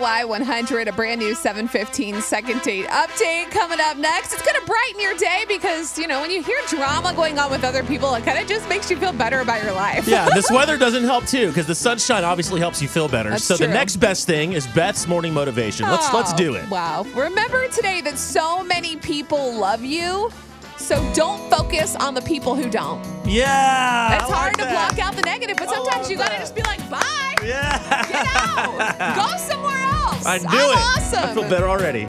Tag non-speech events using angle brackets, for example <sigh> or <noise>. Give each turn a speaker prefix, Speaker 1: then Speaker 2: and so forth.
Speaker 1: Y100, a brand new 715 second date update coming up next. It's going to brighten your day because, you know, when you hear drama going on with other people, it kind of just makes you feel better about your life.
Speaker 2: yeah, this weather doesn't help too because the sunshine obviously helps you feel better.
Speaker 1: That's
Speaker 2: so
Speaker 1: true.
Speaker 2: the next best thing is Beth's morning motivation. Let's let's do it.
Speaker 1: Wow. Remember today that so many people love you. So don't focus on the people who don't.
Speaker 2: Yeah,
Speaker 1: It's hard to block out the negative, but sometimes you got to just be like, bye,
Speaker 2: Yeah, <laughs>
Speaker 1: get out, go somewhere else.
Speaker 2: I do
Speaker 1: am
Speaker 2: it.
Speaker 1: awesome.
Speaker 2: I feel better already.